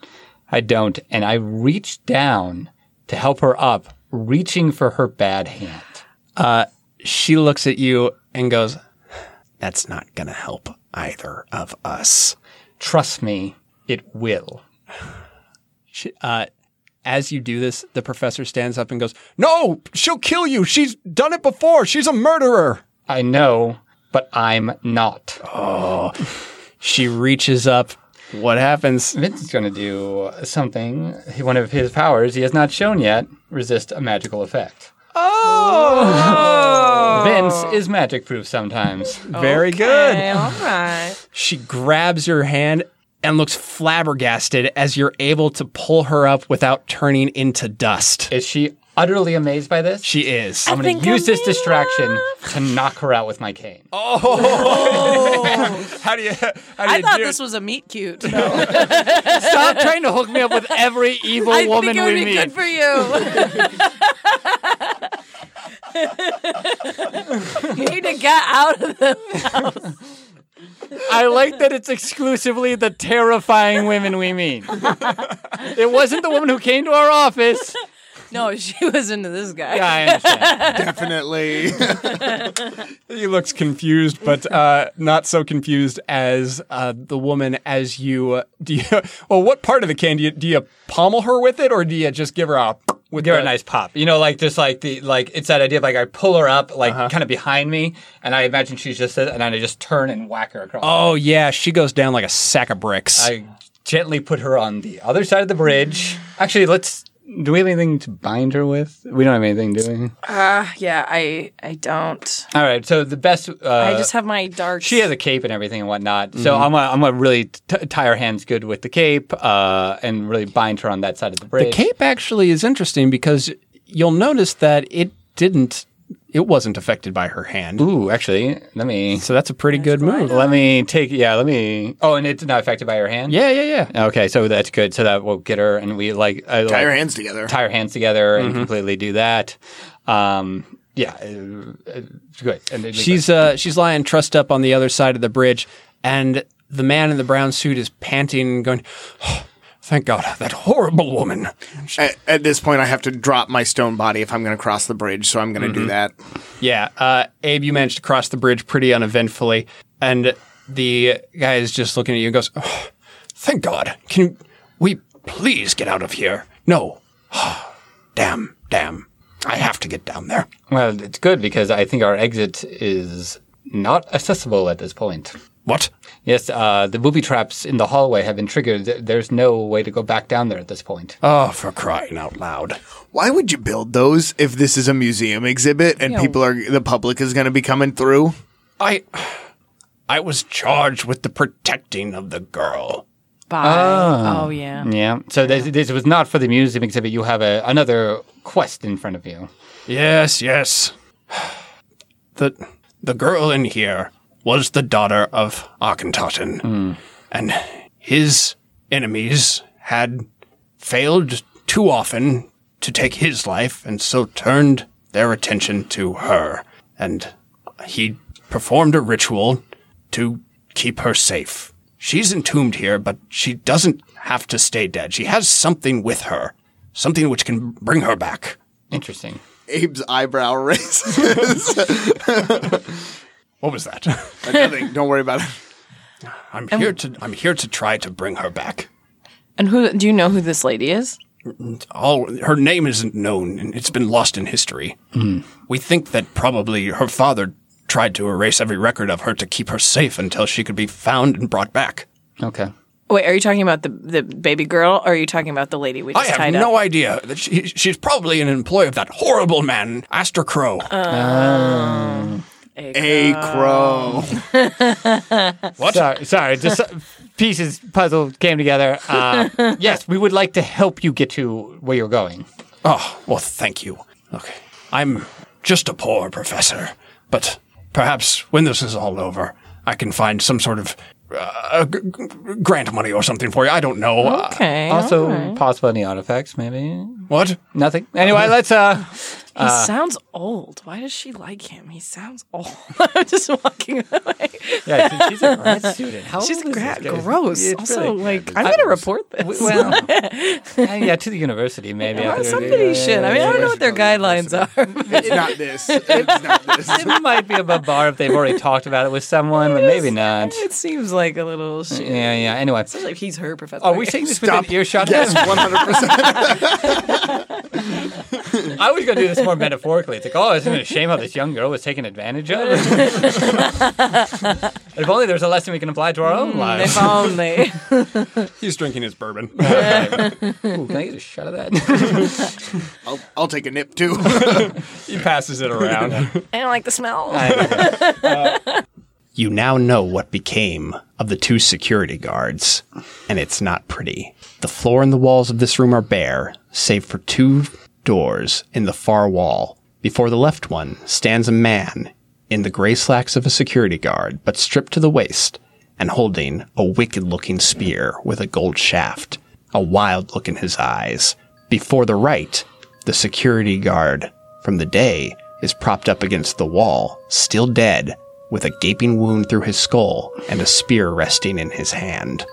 Speaker 5: I don't. And I reach down to help her up, reaching for her bad hand.
Speaker 2: She looks at you and goes, That's not going to help either of us.
Speaker 5: Trust me, it will.
Speaker 2: She, uh, as you do this, the professor stands up and goes, No, she'll kill you. She's done it before. She's a murderer.
Speaker 5: I know, but I'm not.
Speaker 2: She reaches up. What happens?
Speaker 5: Vince is going to do something. One of his powers he has not shown yet resist a magical effect. Oh! Vince is magic proof sometimes.
Speaker 2: Very good.
Speaker 6: Okay, all right.
Speaker 2: She grabs your hand and looks flabbergasted as you're able to pull her up without turning into dust.
Speaker 5: Is she utterly amazed by this?
Speaker 2: She is.
Speaker 5: I'm going to use this distraction to knock her out with my cane.
Speaker 2: How do you? How do
Speaker 4: I
Speaker 2: you
Speaker 6: oh,
Speaker 4: thought
Speaker 2: do
Speaker 4: this was a meat cute.
Speaker 5: Stop trying to hook me up with every evil
Speaker 4: I
Speaker 5: woman
Speaker 4: think it would
Speaker 5: we
Speaker 4: be
Speaker 5: meet.
Speaker 4: good for you. you need to get out of the
Speaker 5: I like that it's exclusively the terrifying women we meet. it wasn't the woman who came to our office.
Speaker 4: No, she was into this guy.
Speaker 5: Yeah, I understand.
Speaker 3: Definitely.
Speaker 2: He looks confused, but uh, not so confused as uh, the woman. As you, uh, do you? Well, what part of the cane do you, do you pommel her with it, or do you just give her a with
Speaker 5: give her
Speaker 2: the-
Speaker 5: a nice pop. You know, like just like the like it's that idea of like I pull her up like kind of behind me, and I imagine she's just and then I just turn and whack her across.
Speaker 2: Oh yeah, she goes down like a sack of bricks.
Speaker 5: I gently put her on the other side of the bridge. Actually, let's. Do we have anything to bind her with? We don't have anything, do we?
Speaker 6: Yeah, I I don't.
Speaker 5: All right. So the best. Uh,
Speaker 6: I just have my darts.
Speaker 5: she has a cape and everything and whatnot. So I'm gonna, I'm gonna really t- tie her hands good with the cape uh, and really bind her on that side of the bridge.
Speaker 2: The cape actually is interesting because you'll notice that it didn't, it wasn't affected by her hand.
Speaker 5: Ooh, actually, let me
Speaker 2: So that's a pretty good move.
Speaker 5: let me take. Yeah, let me. Oh, and it's not affected by her hand.
Speaker 2: Yeah, yeah, yeah.
Speaker 5: Okay, so that's good. So that will get her, and we like I,
Speaker 3: Tie your
Speaker 5: like,
Speaker 3: hands together.
Speaker 5: tie her hands together and completely do that. Um, yeah, uh, uh, good. And it-
Speaker 2: She's uh, she's lying trussed up on the other side of the bridge, and the man in the brown suit is panting, and going, "Oh, "Thank God, that horrible woman."
Speaker 3: at, at this point, I have to drop my stone body if I'm going to cross the bridge, so I'm going to
Speaker 5: Mm-hmm.
Speaker 3: do that.
Speaker 2: Yeah, uh, Abe, you managed to cross the bridge pretty uneventfully, and the guy is just looking at you and goes, "Oh, "Thank God! Can we please get out of here? No, damn, damn! I have to get down there."
Speaker 5: well, it's good because I think our exit is not accessible at this point.
Speaker 2: What?
Speaker 5: Yes, uh, the booby traps in the hallway have been triggered. Th- There's no way to go back down there at this point.
Speaker 2: Oh, for crying out loud!
Speaker 3: Why would you build those if this is a museum exhibit and people are the public is going to be coming through?
Speaker 2: I, I was charged with the protecting of the girl.
Speaker 5: Ah.
Speaker 4: Bye. Oh, yeah.
Speaker 5: Yeah. So this, this was not for the museum exhibit. You have a, another quest in front of you.
Speaker 2: Yes, yes. The the girl in here was the daughter of Akhenaten, and his enemies had failed too often to take his life, and so turned their attention to her. And he performed a ritual to keep her safe. She's entombed here, but she doesn't have to stay dead. She has something with her, something which can bring her back.
Speaker 5: Interesting.
Speaker 3: Abe's eyebrow raises.
Speaker 2: What was that?
Speaker 3: Nothing. Don't worry about it.
Speaker 2: I'm here to I'm here to try to bring her back.
Speaker 6: And who do you know who this lady is?
Speaker 2: All her name isn't known and it's been lost in history.
Speaker 6: Mm.
Speaker 2: We think that probably her father tried to erase every record of her to keep her safe until she could be found and brought back.
Speaker 5: Okay.
Speaker 6: Wait, are you talking about the the baby girl or are you talking about the lady we
Speaker 2: I
Speaker 6: just
Speaker 2: have
Speaker 6: tied
Speaker 2: no
Speaker 6: up?
Speaker 2: idea that she, she's probably an employee of that horrible man, Astor Crow.
Speaker 6: Uh.
Speaker 3: A crow.
Speaker 5: What? Sorry, sorry. Just uh, pieces puzzle came together. Uh, yes, we would like to help you get to where you're going.
Speaker 7: Oh, well, thank you. Okay. I'm just a poor professor, but perhaps when this is all over, I can find some sort of uh, g- g- grant money or something for you. I don't know.
Speaker 6: Oh.
Speaker 7: Uh,
Speaker 4: Okay.
Speaker 5: Also, possible any artifacts, maybe?
Speaker 7: what?
Speaker 5: Nothing. Anyway, let's. uh
Speaker 6: He sounds old. Why does she like him? He sounds old. I'm just walking away.
Speaker 5: Yeah, she- she's a grad student. How
Speaker 6: She's
Speaker 5: old is
Speaker 6: gra-
Speaker 5: this guy?
Speaker 6: gross.
Speaker 5: It's
Speaker 6: also,
Speaker 5: really-
Speaker 6: like, I'm going to report this.
Speaker 5: well, yeah, yeah, to the university maybe.
Speaker 6: Well,
Speaker 5: after-
Speaker 6: somebody
Speaker 5: yeah,
Speaker 6: should.
Speaker 5: yeah,
Speaker 6: I mean, I
Speaker 5: yeah.
Speaker 6: don't know what their guidelines are.
Speaker 3: It's not this. It's not this.
Speaker 5: It uh, might be above bar if they've already talked about it with someone, but maybe not.
Speaker 6: it seems like a little shit.
Speaker 5: Yeah, yeah. Anyway,
Speaker 6: It's Like he's her professor.
Speaker 5: are Oh, we saying this within earshot?
Speaker 3: Yes, one hundred percent.
Speaker 5: I was going to do this more metaphorically. It's like, oh, isn't it a shame how this young girl was taken advantage of? if only there was a lesson we can apply to our own lives.
Speaker 6: Hmm. If only.
Speaker 7: He's drinking his bourbon.
Speaker 5: Ooh, can I get a shot of that?
Speaker 3: I'll, I'll take a nip too.
Speaker 7: he passes it around.
Speaker 6: I don't like the smell.
Speaker 2: You now know what became of the two security guards, and it's not pretty. The floor and the walls of this room are bare, save for two doors in the far wall. Before the left one stands a man in the gray slacks of a security guard, but stripped to the waist and holding a wicked looking spear with a gold shaft, a wild look in his eyes. Before the right, the security guard from the day is propped up against the wall, still dead, with a gaping wound through his skull and a spear resting in his hand.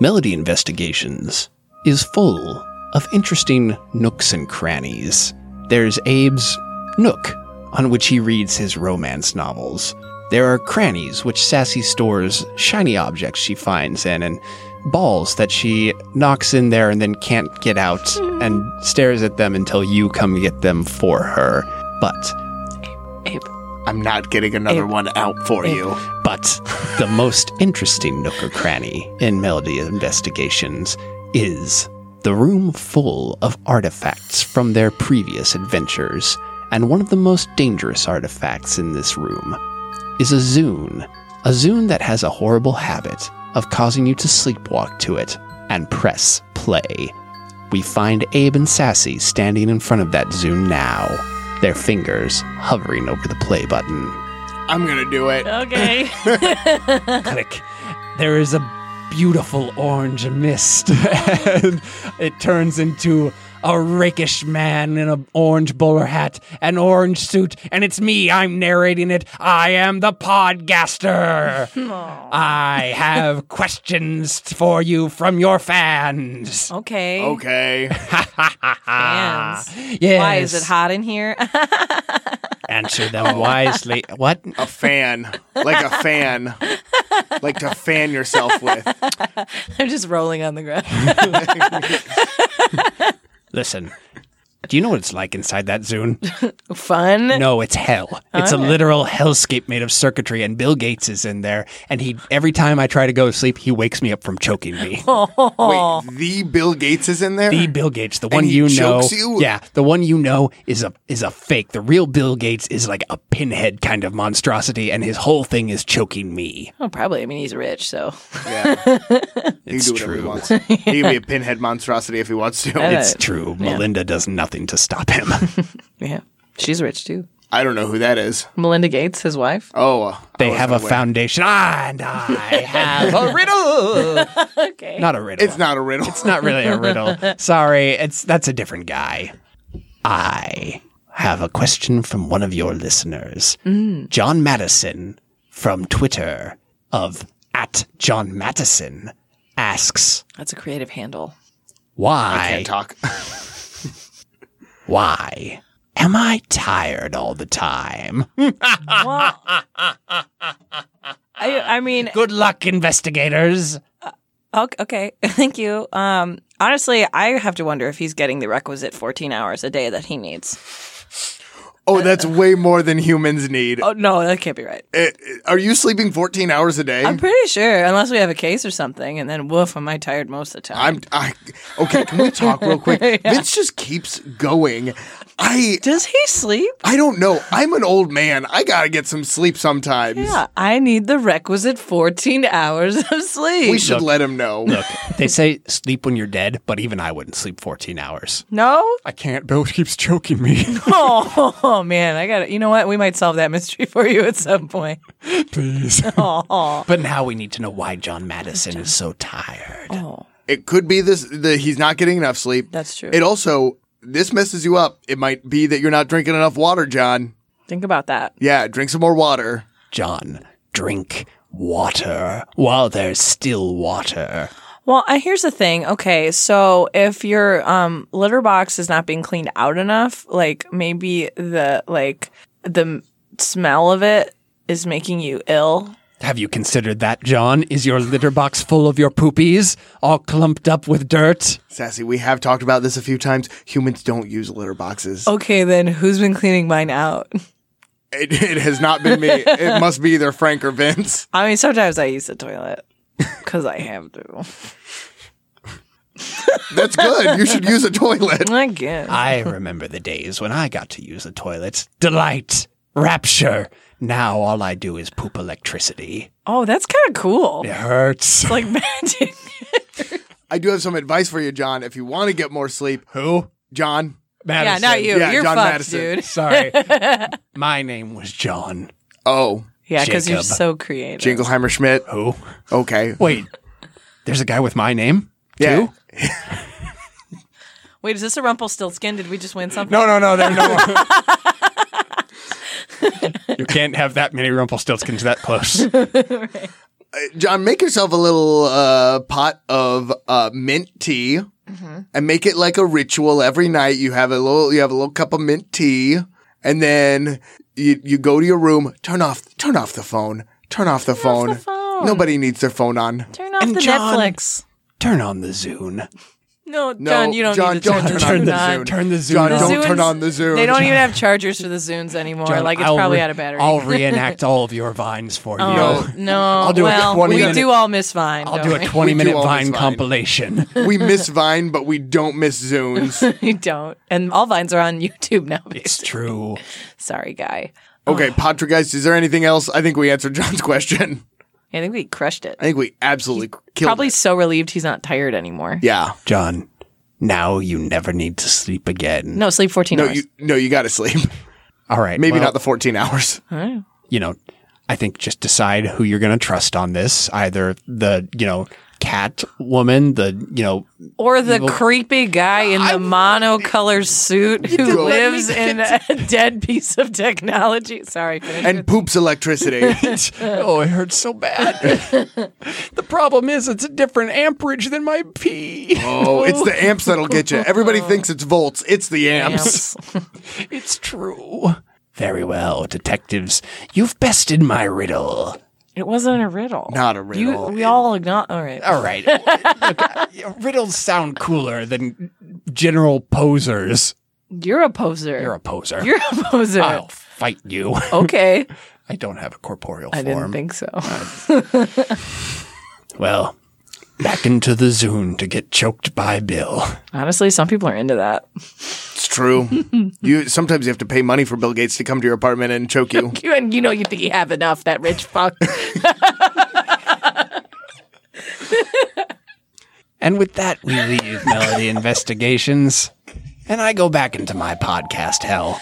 Speaker 2: Melody Investigations is full of interesting nooks and crannies. There's Abe's nook, on which he reads his romance novels. There are crannies which Sassy stores shiny objects she finds in and balls that she knocks in there and then can't get out and stares at them until you come get them for her. But
Speaker 3: I'm not getting another one out for you.
Speaker 2: But the most interesting nook or cranny in Melody Investigations is the room full of artifacts from their previous adventures. And one of the most dangerous artifacts in this room is a Zune. A Zune that has a horrible habit of causing you to sleepwalk to it and press play. We find Abe and Sassy standing in front of that Zune now, their fingers hovering over the play button.
Speaker 3: I'm gonna do it.
Speaker 4: okay.
Speaker 2: click. There is a beautiful orange mist, and it turns into a rakish man in an orange bowler hat, an orange suit, and it's me. I'm narrating it. I am the podcaster. I have questions for you from your fans.
Speaker 6: Okay.
Speaker 3: Okay.
Speaker 6: Hands.
Speaker 2: Yes.
Speaker 6: Why is it hot in here?
Speaker 2: Answer them wisely. What?
Speaker 3: A fan. Like a fan. Like to fan yourself with.
Speaker 6: I'm just rolling on the ground.
Speaker 2: Listen. Do you know what it's like inside that Zune?
Speaker 6: Fun.
Speaker 2: No, it's hell. It's a literal hellscape made of circuitry, and Bill Gates is in there. And he, every time I try to go to sleep, he wakes me up from choking me.
Speaker 3: Wait, the Bill Gates is in there?
Speaker 2: The Bill Gates, the one
Speaker 3: he
Speaker 2: you know,
Speaker 3: chokes you?
Speaker 2: yeah, the one you know is a is a fake. The real Bill Gates is like a pinhead kind of monstrosity, and his whole thing is choking me.
Speaker 6: Oh, probably. I mean, he's rich, so
Speaker 3: yeah. He
Speaker 2: It's
Speaker 3: can do whatever he
Speaker 2: true.
Speaker 3: wants. He can be a pinhead monstrosity if he wants to.
Speaker 2: It's true. Melinda does nothing to stop him.
Speaker 6: yeah, she's rich too.
Speaker 3: I don't know who that is.
Speaker 6: Melinda Gates, his wife.
Speaker 3: Oh, uh,
Speaker 2: they have a foundation, Ah, and I have a riddle. okay, not a riddle.
Speaker 3: it's not a riddle.
Speaker 2: It's not really a riddle. Sorry, it's that's a different guy. I have a question from one of your listeners, John Madison from Twitter of at John Madison asks
Speaker 6: That's a creative handle.
Speaker 2: why
Speaker 3: Can't talk.
Speaker 2: why am I tired all the time?
Speaker 6: I, I mean,
Speaker 2: Good luck, investigators.
Speaker 6: okay, okay. thank you. Um, honestly, I have to wonder if he's getting the requisite 14 hours a day that he needs.
Speaker 3: Oh, that's way more than humans need.
Speaker 6: Oh no, that can't be right.
Speaker 3: Eh, eh, are you sleeping 14 hours a day?
Speaker 6: I'm pretty sure, unless we have a case or something, and then woof, am I tired most of the time?
Speaker 3: I'm I okay. Can we talk real quick? Vince just keeps going. I
Speaker 6: Does he sleep?
Speaker 3: I don't know. I'm an old man. I gotta get some sleep sometimes.
Speaker 6: Yeah, I need the requisite 14 hours of sleep.
Speaker 3: We should let him know.
Speaker 2: Look, they say sleep when you're dead, but even I wouldn't sleep 14 hours.
Speaker 6: no?
Speaker 8: I can't. Bill keeps choking me.
Speaker 6: Oh, man, I got to You know what? We might solve that mystery for you at some point.
Speaker 8: Please.
Speaker 2: But now we need to know why John Madison is so tired.
Speaker 6: Oh.
Speaker 3: It could be this. The, he's not getting enough sleep.
Speaker 6: That's true.
Speaker 3: It also this messes you up. It might be that you're not drinking enough water, John.
Speaker 6: Think about that.
Speaker 3: Yeah, drink some more water.
Speaker 2: John, drink water while there's still water.
Speaker 6: Well, uh, here's the thing. Okay, so if your um, litter box is not being cleaned out enough, like maybe the like the m- smell of it is making you ill.
Speaker 2: Have you considered that, John? Is your litter box full of your poopies, all clumped up with dirt?
Speaker 3: Sassy, we have talked about this a few times. Humans don't use litter boxes.
Speaker 6: Okay, then who's been cleaning mine out?
Speaker 3: It, it has not been me. it must be either Frank or Vince.
Speaker 6: I mean, sometimes I use the toilet because I have to.
Speaker 3: That's good. You should use a toilet.
Speaker 6: I guess.
Speaker 2: I remember the days when I got to use the toilet. Delight, rapture. Now all I do is poop electricity.
Speaker 6: oh, that's kind of cool.
Speaker 2: It hurts.
Speaker 6: Like magic.
Speaker 3: I do have some advice for you, John. If you want to get more sleep, who? John.
Speaker 6: yeah,
Speaker 2: Madison.
Speaker 6: not you.
Speaker 3: Yeah,
Speaker 6: You're
Speaker 3: John
Speaker 6: fucked,
Speaker 3: Madison.
Speaker 6: dude.
Speaker 2: Sorry. My name was John.
Speaker 3: Oh,
Speaker 6: Yeah, because you're
Speaker 2: Jacob.
Speaker 6: so creative.
Speaker 3: Jingleheimer Schmidt.
Speaker 2: Who?
Speaker 3: Okay.
Speaker 2: Wait, there's a guy with my name?
Speaker 3: Yeah.
Speaker 2: Too?
Speaker 6: Wait, is this a Rumpelstiltskin? Did we just win something?
Speaker 2: No, no, no, there's no more. you can't have that many Rumpelstiltskins that close.
Speaker 3: John, uh, make yourself a little uh, pot of uh, mint tea,
Speaker 6: Mm-hmm.
Speaker 3: and make it like a ritual every night. You have a little, you have a little cup of mint tea, and then you you go to your room, turn off, turn off the phone, turn off the, phone.
Speaker 6: phone.
Speaker 3: Nobody needs their phone on.
Speaker 6: Turn off
Speaker 2: And
Speaker 6: the
Speaker 2: John-
Speaker 6: Netflix.
Speaker 2: Turn on the Zune.
Speaker 6: No,
Speaker 3: No,
Speaker 6: John, you don't
Speaker 3: John,
Speaker 6: need to
Speaker 3: don't turn,
Speaker 6: turn,
Speaker 3: on
Speaker 6: the Zoom
Speaker 3: the
Speaker 6: on.
Speaker 3: Zoom.
Speaker 2: Turn the Zune
Speaker 3: John,
Speaker 6: The
Speaker 3: don't turn
Speaker 6: Zunes-
Speaker 3: on the Zoom.
Speaker 6: They don't even have chargers for the Zooms anymore.
Speaker 2: John,
Speaker 6: like it's
Speaker 2: I'll
Speaker 6: probably
Speaker 2: re-
Speaker 6: out of battery.
Speaker 2: I'll reenact all of your vines for you.
Speaker 6: no, no.
Speaker 2: do a
Speaker 6: well,
Speaker 2: 20
Speaker 6: we
Speaker 2: minute-
Speaker 6: do all miss Vine.
Speaker 2: I'll do a
Speaker 6: don't
Speaker 2: 20
Speaker 3: We do
Speaker 2: minute
Speaker 3: all this
Speaker 2: vine
Speaker 3: Vine.
Speaker 2: compilation.
Speaker 3: we miss Vine, but we don't miss Zunes.
Speaker 6: we? we don't. And all Vines are on YouTube now.
Speaker 2: it's true.
Speaker 6: Sorry, guy.
Speaker 3: okay, Pottergeist, is there anything else? I think we answered John's question.
Speaker 6: I think we crushed it.
Speaker 3: I think we absolutely killed
Speaker 6: Probably
Speaker 3: it.
Speaker 6: so relieved he's not tired anymore.
Speaker 3: Yeah.
Speaker 2: John, now you never need to sleep again.
Speaker 6: No, sleep 14
Speaker 3: No,
Speaker 6: hours.
Speaker 3: you no, you got to sleep.
Speaker 2: All right.
Speaker 3: Maybe
Speaker 2: well,
Speaker 3: not the 14 hours.
Speaker 2: you know, I think just decide who you're going to trust on this. Either the, you know, cat woman, the, you know,
Speaker 6: or the creepy guy in the monocolor suit who lives in a dead piece of technology. Sorry, finish.
Speaker 3: And poops electricity.
Speaker 2: oh, it hurts so bad. the problem is it's a different amperage than my pee.
Speaker 3: oh, it's the amps that'll get you. Everybody thinks it's volts. It's Oh. the amps.
Speaker 2: It's true. Very well, detectives. You've bested my riddle.
Speaker 6: It wasn't a riddle.
Speaker 3: Not a
Speaker 6: You-
Speaker 3: riddle.
Speaker 6: we all acknowledge. All right.
Speaker 2: All right. Look, uh, riddles sound cooler than general posers.
Speaker 6: You're a poser.
Speaker 2: You're a poser.
Speaker 6: You're a poser.
Speaker 2: I'll fight you.
Speaker 6: Okay.
Speaker 2: I don't have a corporeal
Speaker 6: I
Speaker 2: form.
Speaker 6: didn't think so.
Speaker 2: Well, back into the Zune to get choked by Bill.
Speaker 6: Honestly, some people are into that.
Speaker 3: It's true. You sometimes you have to pay money for Bill Gates to come to your apartment and choke you.
Speaker 6: You and you know you think you have enough, that rich fuck.
Speaker 2: And with that, we leave Melody Investigations. And I go back into my podcast hell.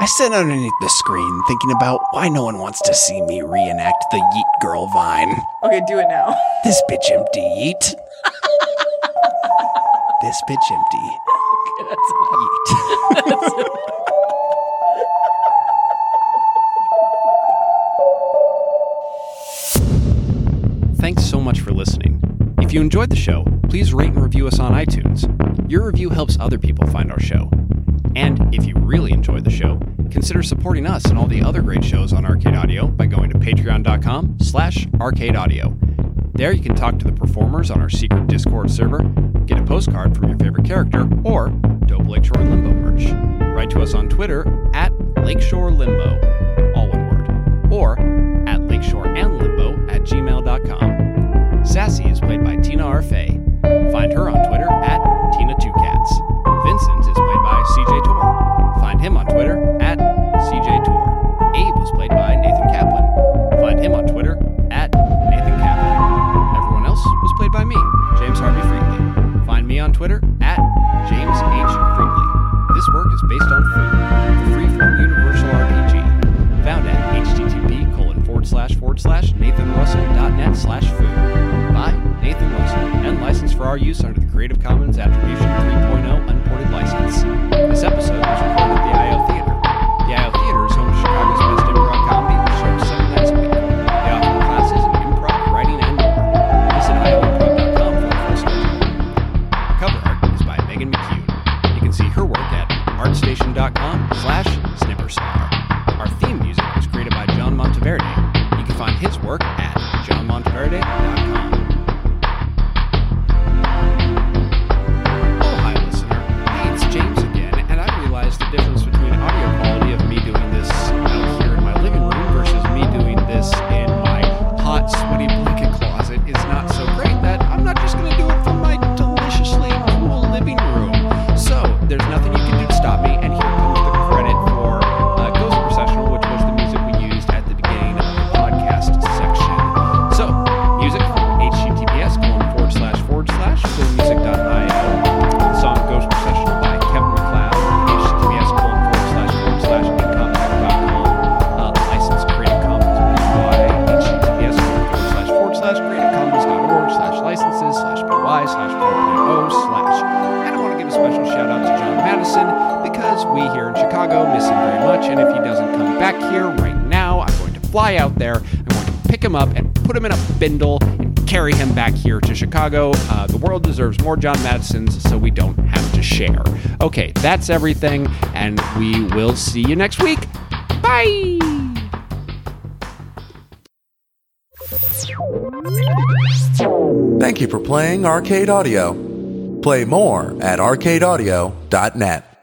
Speaker 2: I sit underneath the screen thinking about why no one wants to see me reenact the Yeet Girl vine.
Speaker 6: okay, do it now.
Speaker 2: This bitch empty, Yeet. this bitch empty. Yeet. Thanks so much for listening. If you enjoyed the show, please rate and review us on iTunes. Your review helps other people find our show. And if you really enjoyed the show, consider supporting us and all the other great shows on Arcade Audio by going to patreon.com slash arcadeaudio. There you can talk to the performers on our secret Discord server, get a postcard from your favorite character, or Dope Lake Shore and Limbo merch. Write to us on Twitter at
Speaker 9: Lakeshore Limbo, all one word, or at lakeshoreandlimbo at gmail.com. Sassy is played by Tina Arfay. Find her on Twitter at Tina2Cats. Vincent is played by CJ Tor. Find him on Twitter at CJ Tor. Abe was played by Nathan Kaplan. Find him on Twitter at Nathan Kaplan. Everyone else was played by me, James Harvey Freakley. Find me on Twitter at James H. Freakley. This work is based on Food, the freeform universal RPG, found at http colon forward slash forward slash nathanrussell.net slash food by Nathan Russell and licensed for our use under the Creative Commons Attribution 3.0 Unported License. This episode was recorded at the IO Theater. The IO Theater is home to Chicago's best improv comedy, which shows seven nights a week. They offer classes in improv, writing, and more. Visit ioimprov.com for the full schedule. Our cover art is by Megan McHugh. You can see her work at artstation.com slash snipperstar. Our theme music was created by John Monteverde. You can find his work at johnmonteverde.com. Oh, hi, listener. Hey, it's James again, and I realized the difference between audio quality of me doing this out here in my living room versus me doing this in my hot, sweaty blanket closet is not so great that I'm not just going to do it from my deliciously cool living room. So, there's nothing you can do to stop me, and here comes the credit for uh, Ghost Processional, which was the music we used at the beginning of the podcast section. So, music from https colon forward slash forward slash filmmusic.io. Song Ghost Procession by Kevin McLeod. https colon forward slash forward slash incontact.com. Uh, license Creative Commons by https colon forward slash forward slash creativecommons.org slash licenses slash py slash 4.0 slash. And I want to give a special shout out to John Madison because we here in Chicago miss him very much. And if he doesn't come back here right now, I'm going to fly out there. I'm going to pick him up and put him in a bindle and carry him back here to Chicago. Uh, the world deserves more John Madisons, so we don't have to share. Okay, that's everything, and we will see you next week. Bye!
Speaker 1: Thank you for playing Arcade Audio. Play more at arcadeaudio.net.